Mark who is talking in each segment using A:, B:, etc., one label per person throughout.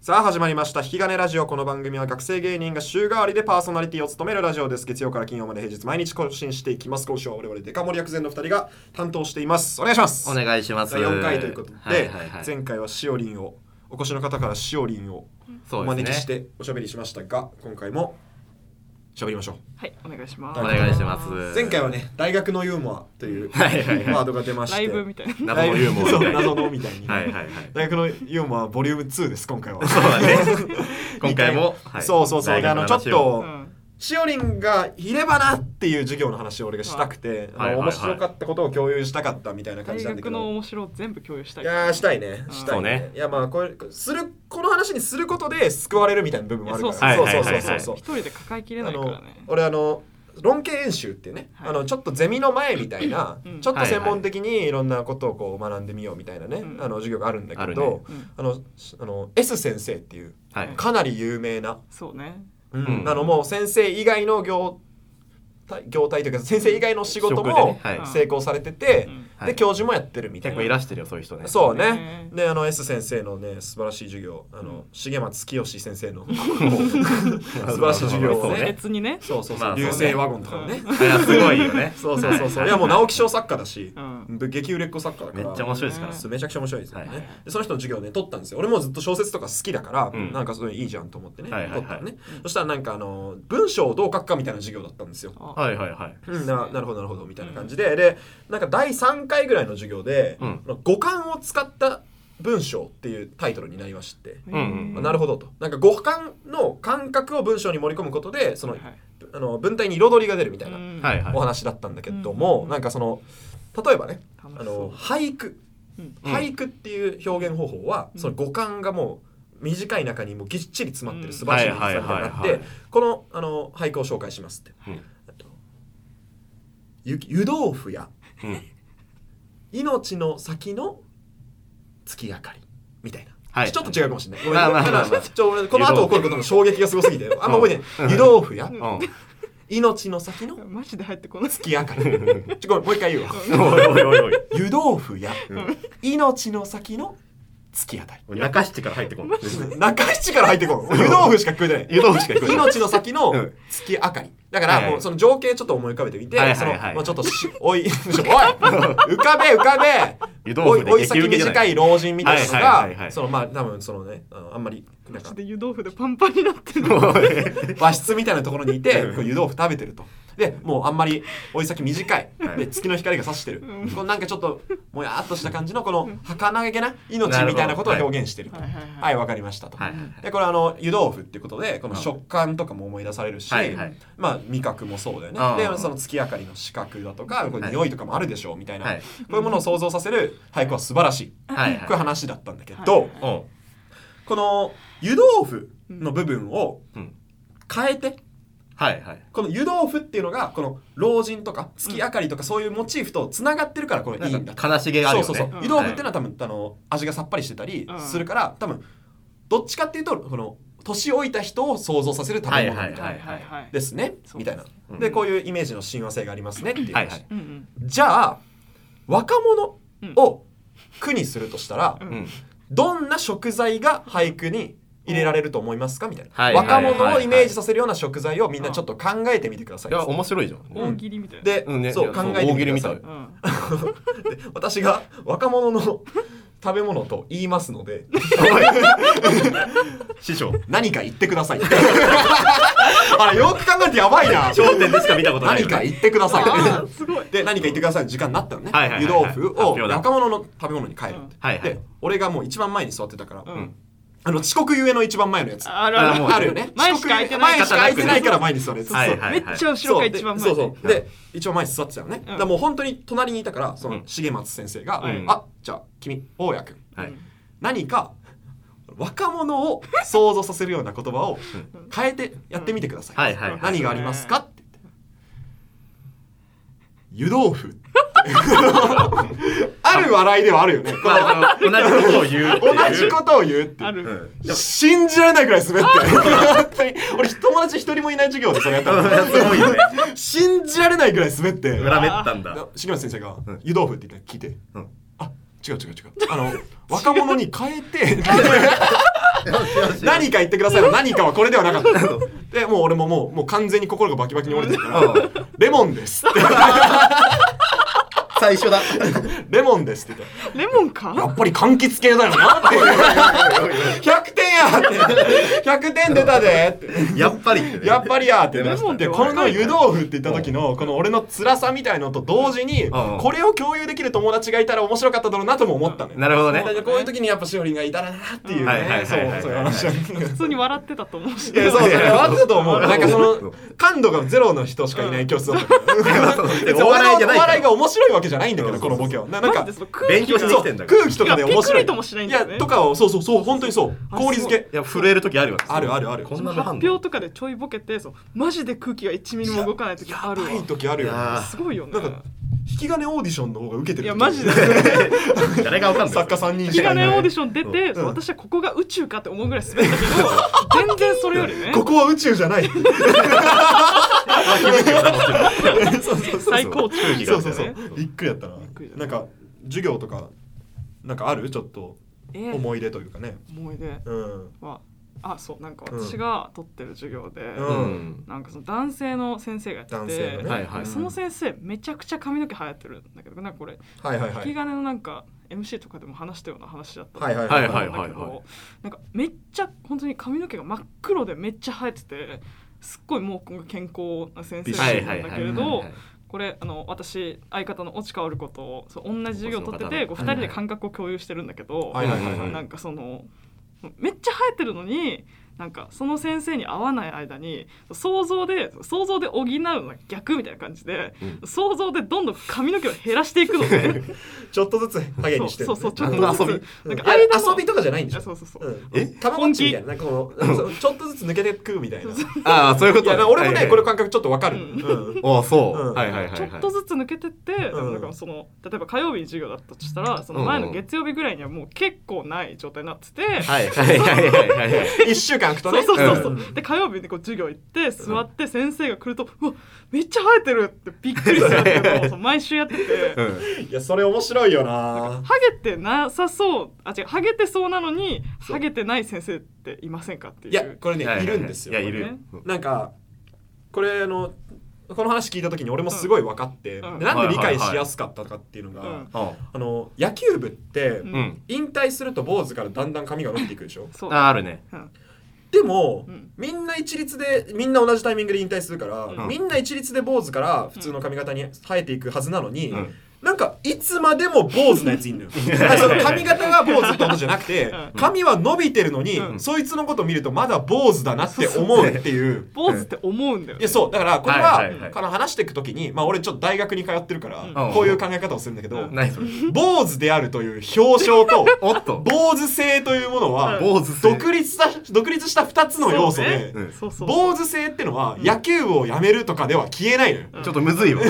A: さあ始まりました引き金ラジオこの番組は学生芸人が週替わりでパーソナリティを務めるラジオです月曜から金曜まで平日毎日更新していきます今週は我々デカ盛り薬膳の2人が担当していますお願いします
B: お願いします。
A: 第4回ということで、
B: はいはいはい
A: 前回はしおりんをお越しの方からしおりんを
B: そ
A: お
B: うですね
A: 招きしておしゃべりしましたが、今回もしゃべりましょ
C: はい、お願いします。
B: お願いします。
A: う前回はね大学のユーモアという
B: はいはいはい
A: ワードが出まして
C: ライブみたいな。
B: 謎のユーモアみたいな
A: そう謎のみたいに
B: はいはいはい。
A: 大学のユーモアボリューム2です今回は
B: そうだね。今回も、
A: はいそうそうそうであのちょっ。
C: う
A: と
C: ん。
A: しおりんがいればなっていう授業の話を俺がしたくて、
B: はい
A: あの
B: はいはいはい
A: 面白かったことを共有したかったみたいな感
C: 大
A: じなんだけ
C: 学の
A: ど
C: 面白を全部共有したい。
A: いやーしたいねした
B: そう
A: いね
B: ね
A: いやまあこれするこの話にすることで救われるみたいな部分もあるから
C: い
B: そ
C: や
B: うそう
A: そうそうそうそう
C: 一人で抱えきれ
A: あ
C: ないから
A: の
C: ね。
A: 俺あの論形演習っていうね、
C: はい
A: あのちょっとゼミの前みたいな、
C: うん
A: ちょっと専門的にいろんなことをこう学んでみようみたいなね、
C: うん
A: あの授業があるんだ
B: あ
A: け
B: る
A: どあ、
B: ね
C: うん
A: のしあの S 先生っていう
B: はい。
A: かなり有名な、
C: そうね。
B: ん
A: あのもう先生以外の業態業態というか先生以外の仕事
B: 職で
A: も
B: ねはい
A: 成功されてて、
C: うん
B: はい
A: で教授もやってるみたい
B: 結
A: な
B: 構い。らしてるよそういう人ね。
A: そうね
C: ね。
A: で、あの S 先生のね、素晴らしい授業、あの、重松清先生 の素晴らしい授業を
B: そうね
A: ね、
C: 別にね。
A: そうそう
B: ま
A: そう、
B: あそう
A: 流
B: ね
A: 星ワゴンとかもね。
B: いやすごいよね。
A: そうそうそうそう。いやもう直木賞作家だし
C: う、ん。
A: ぶ激売れっ子作家だか
B: めっ
A: ら。
B: ちゃ面白いですから。
A: そうめちゃくちゃ面白いですよね、
B: はいはい
A: でその人の授業ね取ったんですよ俺もずっと小説とか好きだから、
B: うん
A: なんかそれいいじゃんと思ってね、
B: はいはいはい
A: 取ったのねそしたらなんかあの文章をどう書くかみたいな授業だったんですよ
C: あ
B: はいはいはい。
A: うんななるほどなるほどみたいな感じで、でなんか第3回ぐらいの授業で、
B: うん
A: 五感を使った文章っていうタイトルになりまして、
B: うんうん
A: まあなるほどとなんか五感の感覚を文章に盛り込むことでその,、
C: はい
A: あの文体に彩りが出るみたいな
C: うん
B: はいはい。
A: お話だったんだけども、
C: うん
A: なんかその例えばね
C: 楽
A: あ
C: しそ
A: の俳句
C: うん
A: 俳句っていう表現方法は、
C: うん
A: その五感がもう短い中にもうぎっちり詰まってる
C: うん
A: 素晴らしい技術みたいになっ
B: はいはい
A: て
B: はいはい
A: このあの俳句を紹介しますって。
B: うん
A: えっとゆ湯豆腐や
B: うん
A: 命の先の月明かりみたいな、
B: はい
A: ちょっと違うかもしれないごめん
B: まあまあ
A: た
B: ま
A: だ
B: あまあ
A: ちょっと俺この後起こることの衝撃がすごす ぎてあんま覚えてない湯豆腐や
B: う
A: 命の先の
C: うマジで入ってこない。
A: 月明 かりちょごめんもう一回言うわ
B: ん。おいおいおいおい。
A: 湯豆腐や
B: うん
A: 命の先の月明かり
B: 泣かしてから入ってこんの。
A: 中七から入ってこう湯豆腐しか食うてない
B: 湯豆腐しか聞こえない。
A: 命の先の
B: うん
A: 月明かりだか
B: は
A: ら
B: いはい
A: もうその情景ちょっと思い浮かべてみて
B: はい
A: そ
B: はい
A: の
B: はい
A: まあちょっとしおい おい浮かべ浮かべ
B: 湯
A: お
B: 豆
A: い
B: 腐
A: おい
B: で
A: 先
B: 激受けじゃ
A: 短
B: ない。
A: い老人みたいなの
B: はいはいはいは
A: が
B: い
A: そのまあ多分そのねあのあんまりな
C: マ
A: ん
C: ジ
A: か
C: で湯豆腐でパンパンになってる。
A: 和室みたいなところにいて
B: うん
A: こう湯豆腐食べてると。でもうあんまりおい先短い
B: はい
A: で月の光が差してる、
C: うん
A: このなんかちょっともやっとした感じのこの儚げな命みたいなことを表現してると
C: なるほどはいはいはい
A: はいわかりましたと、
B: はいはい
A: でこれあの湯豆腐っていうことでこの
B: うん
A: 食感とかも思い出されるし、
B: はいはい
A: まあ味覚もそうだ
B: う
A: よ
B: ん
A: ねでその月明かりの視覚だとかこれ
B: はい
A: 匂いとかもあるでしょうみたいな、
B: はい
A: こういうものを想像させる俳句は素晴らしい、
B: はい
A: こういう
B: は
A: 話だったんだけど、
C: は
B: い。
C: い
B: お
A: この湯豆腐の部分を
B: うん。
A: 変えて
B: はいはい。
A: この湯豆腐っていうのがこの老人とか月明かりとかそういうモチーフとつながってるからこれいいんだと
B: 悲しげがある
A: そう
B: よね。
A: そうそう、
C: うん
A: 湯豆腐っていうのは多分あの味がさっぱりしてたり
C: うん
A: するから、多分どっちかっていうとこの年老いた人を想像させる食べ物みたいな、
B: はいはい
C: はい。
A: ですね
C: そう
A: みたいな
B: うん
A: でこういうイメージの親和性がありますねっていう話、
B: はいはい
C: うんうん
A: じゃあ若者
C: うん。
A: を句にするとしたら、
C: うん
B: うん。
A: どんな食材が俳句に入れられると思いますかみたいな、
B: はいはいはいはい
A: 若者をイメージさせるような食材をみんなちょっと考えてみてください
B: いや面白いじゃん。
C: 大喜利みたいな。
A: で、
B: うんね
A: そ
B: いうや
A: 考
B: そう
A: えて
B: 大
A: み
B: 喜
A: て
B: 利
A: くだ
B: みた
A: さ
B: い
A: い
C: うん。
A: で私が若者の 食べ物と言いますの で
B: 師匠。
A: 何か言ってください あれよく考えてやばいな
B: 頂点でしか見たことない。
A: 何か言ってくださ
C: あー
A: い
C: すごい。
A: で何か言ってくださいの時間になったのね、
B: はいはいはいはい
A: 湯豆腐
B: 発
A: を
B: 表だ
A: 若者の食べ物に変えるって、
B: はいはい
A: で。俺がもう一番前に座ってたから、
C: うん。
A: あの遅刻ゆえの一番前のやつあ
C: あるあ
B: あ
C: る
B: もう
A: るよね
C: 前しか空いてない
A: 前しか空いてないから前に座るやつ、
B: はいはい
A: そう
B: はい
C: めっちゃ後ろが一番前。
A: そうそうで一番前に座ってたよね、
C: ん
A: だからもう本当に隣にいたからその
B: うん
A: 重松先生が「
B: うん
A: あじゃあ君大家君
B: はい。
A: 何か若者を想像させるような言葉を変えてやってみてください。
B: はいはいはい
A: 何がありますかって言って。湯豆腐。 ある笑いではあるよね。
B: まあ、同じことを言うっていう。
A: 同じことを言うっていう
C: あ
B: う
C: る。
B: ん。
A: 信じられないくらい滑って る本当に俺友達一人もいない授業でそれやったの
B: すごいよね。
A: 信じられないくらい滑って
B: 裏目ったんだ。
A: 重松先生が
B: ん
A: 「湯豆腐」って言ったら聞いて
B: うん
A: あ違う違う違うあの若者に変えて何か言ってくださいの何かはこれではなかったでもう俺ももうもう完全に心がバキバキに折れてるから 「レモンです」って
D: 最初だ。
A: 「レモンです」って言った
C: レモン
A: らや
C: か
A: っぱり柑橘系だよなっていう100点 やって100点出たでって
B: やっぱりってね
A: やっぱりやーってな
B: 出ました
A: で
B: ね
A: この湯豆腐って言った時のこの俺の辛さみたいのと同時に
B: んうん
A: これを共有できる友達がいたら面白かっただろうなとも思ったね
B: なるほどね
A: だからこういう時にやっぱしおりんがいたらなっていう
B: はいは
A: ね
B: い
A: そう
B: はいはい
A: そういう話なんですけど
C: 普通に笑ってたと思うし
A: いやそうそう
B: いや
A: 笑ってたと思うなんかそ
B: そう
A: の感度がゼロの人しかいない教 室だったから別に
B: お笑いじ
A: 俺のお
B: ゃないから
A: 笑いが面白いわけじゃないんだけどこ
B: そう
A: の
B: そ
A: ボ
B: うそう
A: ケはななん
C: マ
A: か
C: ジでその空
B: 勉
C: 気
B: 強し
C: が
B: に
A: そ
B: 来
A: う
B: てんだから
A: 空気とかで面白
C: いやピク
A: い
C: リともしないんだよね
A: いやとかをそうそうそう本当にそう
C: あ
A: 氷漬け
B: いや震える時あるよ
A: あるあるある
B: こんなのあん
C: 発
B: の
C: 表とかでちょいボケてそうマジで空気が1ミリも動かない時あ
A: や
C: るわ
A: ばい時あるよね
B: いや
C: すごいよね
A: なんか引き金オーディションの方が受けてる
C: いやマジで
B: 誰がわかんない
A: 作家さん人し
C: 引き
A: かい
C: 金
A: な
C: オーデ
A: い
C: ィション出て、
A: うんうん
C: 私はここが宇宙かって思うぐらい滑ったけど全然それよりね
A: ここは宇宙じゃないそうそうそう
C: 最高潮
B: 空気が
A: そ
B: あ
A: うそう
B: るから
A: そう
B: ね
A: びっくりやったな
C: っくりだ
A: なんか授業とかなんかあるちょっと
C: えー
A: 思い出というかね
C: 思い出
A: うん
C: はあそうなんか
A: うん
C: 私が取ってる授業で、
A: う
B: うん
C: なんかその男性の先生がやって
A: 男性
C: て、
A: のね
B: はいはい
C: その先生めちゃくちゃ髪の毛流行ってるんだけどなんかこれ
A: はいはい
C: 引
A: は
C: き
A: い
C: 金のなんか MC とかでも話したような話だった
A: はいはい
B: はい
C: と
B: はい
C: 思うんだけどなんかめっちゃ本当に髪の毛が真っ黒でめっちゃ生えててすっごいもう健康な先生
A: びっし
C: だ
A: り
C: ったんだけれどこれあの私相方の落川る子とそう同じ授業を取ってて
B: こっ
C: こう
B: ちの方
C: 二
B: だ
C: 人で感覚を共有してるんだけど、
A: はいはいはい
B: はい
C: なんかそのめっちゃ生えてるのになんかその先生に合わない間に想像で想像で補うのが逆みたいな感じで、想像でどんどん髪の毛を減らしていくのね
A: ちょっとずつハゲにしてる
C: そうそうちょっ
A: あの
C: とずつ
A: 遊び
C: なん
A: あ
C: か
A: れ
C: 間も
A: 遊びとかじゃないんでし
C: あ
A: ょ
C: そうそうそうう、
A: ん
B: え
A: たまごっちみたいななんかこのそうちょっとずつ抜けてくみたいな
C: そう
A: い
B: ああそういうこと
A: や俺も
B: はいは
A: ね
B: い
A: これ感覚ちょっとわかる
C: うん
A: うん
B: ああそう
A: うん
B: はいはいはいはい
C: ちょっとずつ抜けてって、でもなん
A: うん
C: かその例えば火曜日に授業だったとしたらその前の月曜日ぐらいにはもう結構ない状態になって て、
B: はいはいはいはいはいはい
A: 一週間空くと
C: そ
A: ね
C: うそうそうそう、
A: ん
C: で火曜日にこう授業行って座って先生が来ると「うわめっちゃ生えてる!」ってびっくりするんだけ どそう毎週やってて。
B: うん
A: いやそれ面白いよな
C: ハゲてなさそうあ違うハゲてそうなのにハゲてない先生っていませんかっていう
A: いやこれね
B: はいはは
A: るんですよ
B: いやいるよ
C: ね
A: なんかこれあのこの話聞いた時に俺もすごい分かって、
C: うん
A: でなんで理解しやすかったかっていうのが、
C: うん
B: う
A: あの野球部って
C: うん
B: んうん
A: 引退すると坊主からだんだん髪が伸びていくでしょ
C: そう
B: ああるね
C: うん
A: でも、
C: うん
A: みんな一律でみんな同じタイミングで引退するから、
C: うん
A: みんな一律で坊主から普通の髪型に生えていくはずなのに、
B: うん
A: なんかいつまでも坊主のやついんのよ だからその髪型が坊主ってことじゃなくて、
C: うん
A: 髪は伸びてるのに、
C: うん
A: そいつのこと見るとまだ坊主だなって思うっていう。
C: 坊主って思うんだよ
A: い
C: ね
A: やそうだからこれは,、
B: はいはいはい
A: あの話していくときに、まあ、俺ちょっと大学に通ってるから、
B: うん
A: こういう考え方をするんだけど、
B: 何それ
A: 坊主であるという表彰と
B: おっと
A: 坊主性というものは、
B: 坊主性
A: 独立した独立した2つの要素で、
B: うん
C: そうそうそう
A: 坊主性ってのは野球部をやめるとかでは消えないのよ、
C: うん
B: ちょっとむずいわ
A: い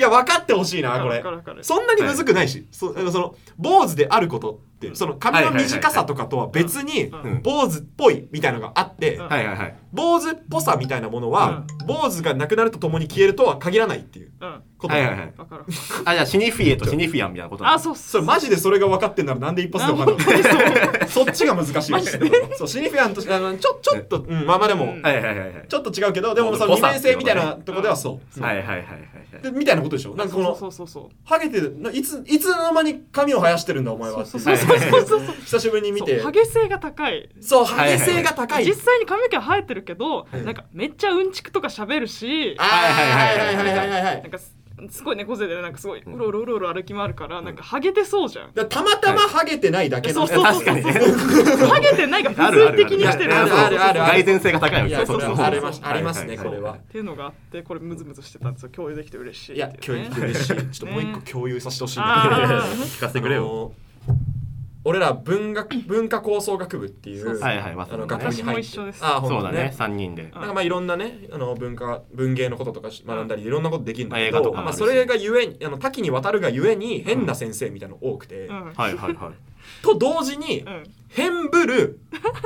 A: や分かってほしいなこ
C: わ
A: れ
C: かるわかる
A: そんなにむずくないし、そあのその坊主であることってその髪の短さとかとは別に
C: うんうん
A: 坊主っぽいみたいのがあって、
C: う ん
B: はいはいはい
A: 坊主っぽさみたいなものは、坊主がなくなるとともに消えるとは限らないっていう
C: うん
A: こと、
B: はいはいはい
C: わかる
B: あじゃあシニフィエとシニフィアンみたいなことなの
C: あそう
A: そ
C: そう
A: れマジでそれが分かってんならなんで一発で分かんない そっちが難しいよそうシニフィアンとしてあのちょちょっと、うん、まあまあでも、
C: うん
B: はいはいはいはい
A: ちょっと違うけどでもその
B: 濃
A: 2
B: さ
A: 年生みたいなとこではそう、
B: はいはいはいはいはい
A: でみたいなことでしょなんかこの
C: そうそうそう
A: ハゲてるないついつの間に髪を生やしてるんだお前はって
C: そうそうそうそうそうそう
A: 久しぶりに見て
C: そうハゲ性が高い
A: そうハゲ性が高い、
C: 実際に髪の毛は生えてるけど、
A: い
C: なんかめっちゃうんちくとか喋るし
A: あーはいはいはいはいはいはい
C: なんかすすごい猫背でなんかすごいうろうろうろうろ歩き回るから、なんかハゲてそうじゃん。
A: だからたまたまハゲてないだけ
C: そう
A: い
C: そうそ
B: 確
C: うそ
B: か
C: う。
B: にね
C: ハゲてないが
B: あ
C: 普
B: るあ
C: 通
B: る
C: 的にしてる。
A: あるあるあるある
B: 外然性が高いわけ
A: やそれ
C: そうそう
A: は
C: そう
A: ありますありますね
B: は
A: こ
B: いはい
A: れは
C: っていうのがあってこれムズムズしてたんですよ共有できて嬉しい
A: いや
C: って
A: 教
C: いうね
A: 育嬉しいちょっともう一個
C: ね
A: 共有させてほしいんだけど
C: あー
B: 聞かせてくれよ
A: あのー俺ら文学文化構想学部ってい
C: そう
A: う
C: そう
B: はいはいまさ
A: あ
B: に
A: の
B: ね
A: 学部に入って
C: 私も一緒です
A: あーほ
B: そ
A: ん
B: う
A: と
B: だね三人で
C: うん
A: なんかまあいろんなねあの文化文芸のこととかし学んだりいろんなことできるんだけ
B: まあ映画
A: ど、
B: とかも
A: ま
B: あ
A: あ、
B: るし
A: それがゆえにあの多岐にわたるがゆえに変な先生みたいなの多くて、
C: うん
B: はいはいはい
A: と同時に
C: うん
A: 変ぶる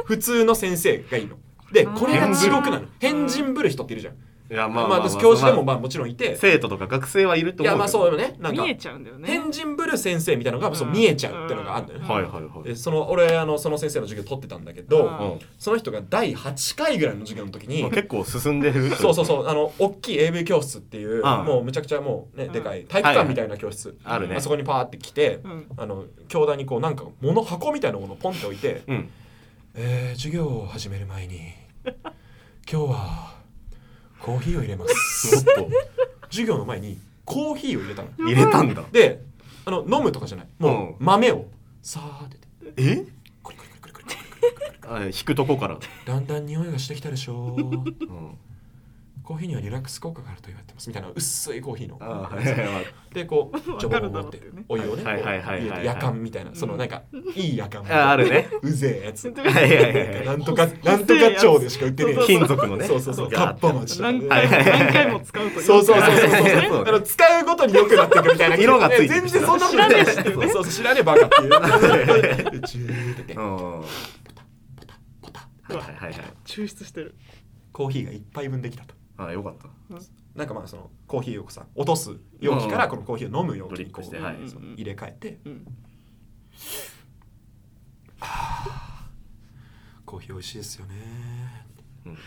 A: 普通の先生がいいの。でこれが地獄なの
C: うん
A: 変人ぶる人っているじゃん
B: いや
A: ま
B: ま
A: あ
B: あまあ、まあ、
A: 教授でも
B: ま
A: まあもちろんいて
B: あ、生徒とか学生はいると
A: い
B: 思う
A: や
B: けど
A: まあそうよねなんか
C: 見えちゃうんだよね
A: 天神ぶる先生みたいなのがそう見えちゃうってのがあるんだよね
C: う、
B: はいはいはい
A: でその俺あのその先生の授業取ってたんだけど、
C: うん
B: うん
A: その人が第8回ぐらいの授業の時に
B: まあ、結構進んでる
A: そうそうそうあの大きい AV 教室っていう、
B: ん
A: もうむちゃくちゃもうね、
C: うん
A: でかい体育館みたいな教室、
B: あるね
A: あそこにパーって来て、
C: うん
A: あの教団にこうなんか物箱みたいなものをポンって置いて
B: うん
A: 「えー、授業を始める前に今日はコーヒーを入れます
B: おっ」と
A: 授業の前にコーヒーを入れたの
B: 入れたんだ
A: であの飲むとかじゃないもう
B: う
A: 豆をさーって
B: え
A: コリコリコリコリコリ
B: あ引くとこから、
A: だんだん匂いがしてきたでしょー
B: うん、
A: コーヒーにはリラックス効果があると言われてますみたいな薄いコーヒーの
B: あーはいはいはい
A: でこうジョボン持って
C: わかるだろうっていうね
A: お湯をねこ
B: は
A: う
B: いはいはいはいはい
A: 入れてやかんみたいなそのなんかいいやかんみたい
B: あ
A: な
B: あるね
A: うぜえやつ
B: はいはいはいはい
A: なんとかなんとか町でしか売ってねえやつ
B: 金属のね
A: そうそうそう
B: ガー
A: カッパ
B: ッて
A: 町とかね
C: 何回も
B: はい
C: 何回も使うという
A: そうそうそうそう
B: はいはい
A: そ
B: は
A: う
B: い
A: あの使うごとに良くなっていくみたいな
B: 色がついてきた
A: 全然そんなことない
B: 知らねえし
A: そうそう知らねえバカって いうチューって
B: う
A: て
B: んは
A: ポタッ
B: いはいはい
C: 抽出してる
A: コーヒーが一杯分できたと
B: あよかった
A: なんかまあそのコーヒーをさ落とす容器からこのコーヒーを飲む容器にこ
B: ドリップしては
A: う
B: い
C: うん
B: そう
C: うん
A: 入れ替えて
C: うん
A: コーヒー美味しいですよね、
B: うん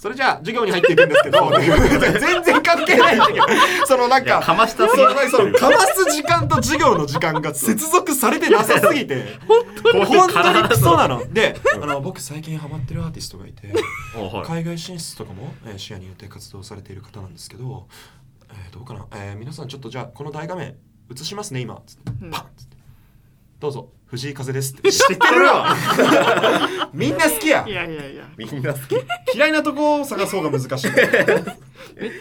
A: それじゃあ授業に入っていくんですけ ど全然関係ない授業そのなん
B: いや
A: か
B: かました
A: そ
B: すぎる
A: のそのかます時間と授業の時間が接続されてなさすぎ て本当にクソなのであの僕最近ハマってるアーティストがいて
B: おはい
A: 海外進出とかも、えー視野に入れて活動されている方なんですけど、えーどうかな、えー皆さんちょっとじゃあこの大画面映しますね今つって
C: うん
A: パンつってどうぞ藤井風です って
B: 知ってるわ
A: みんな好きや
C: いやいやいや
B: みんな好き
A: 嫌いなとこを探そうが難し い
C: めっ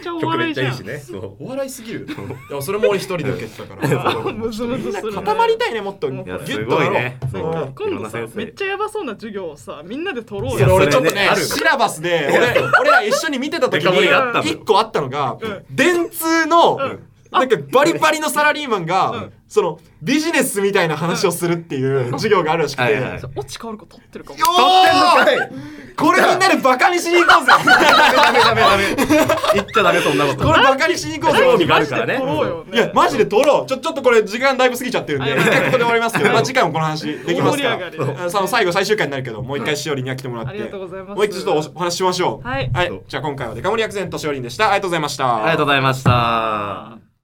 C: ちゃお
B: 曲
C: 笑
B: め
C: い
B: っち
C: じ
B: ゃい
C: ゃ
B: い
C: ん
B: しねそう
A: お笑いすぎるでもそれも俺一人で受けてたから
C: そうむずむずするね
A: みんな固まりたいねもっとギュ
C: いや
A: ッとなろう
B: すごいね
A: うん
B: そうか
C: 今度さ
B: いろんな先生
C: めっちゃやばそうな授業をさみんなで取ろう
A: それ
C: よ
B: いや
A: 俺ちょっと
B: それ
A: ね
B: ねある
A: シラバスで俺俺ら一緒に見てた時
B: デカ盛り
C: があった
B: の
A: に
B: よ
A: 一個あったのが
C: うん
A: 電通の
C: うん
A: なんかバリバリのサラリーマン
C: う
A: が
C: ん
A: そのビジネスみたいな話をするっていう授業があるらしくて
B: は
A: よ
B: いはい
C: そう落ち変わるか取ってるかも
A: ーこれみんなでバカにしに行 こうぜ
B: ダメダメダメ言っちゃダメそんなこ
A: ことれバカにしに行こうぜ
B: 興味があるからね
C: マジで取ろうよね
A: いやマジで撮ろうちょちょっとこれ時間だいぶ過ぎちゃってるんで
C: はい
A: 一回ここで終わりますけどまあ次回もこの話できますから
C: 大盛り上がりで
A: うんその最後最終回になるけどもう一回しおりには来てもらって
C: ありがとうございます
A: もう一度ちょっとおお話ししましょう
C: はい
A: じゃあ今回はデカ盛り薬膳としおりんでしたありがとうございました
B: ありがとうございました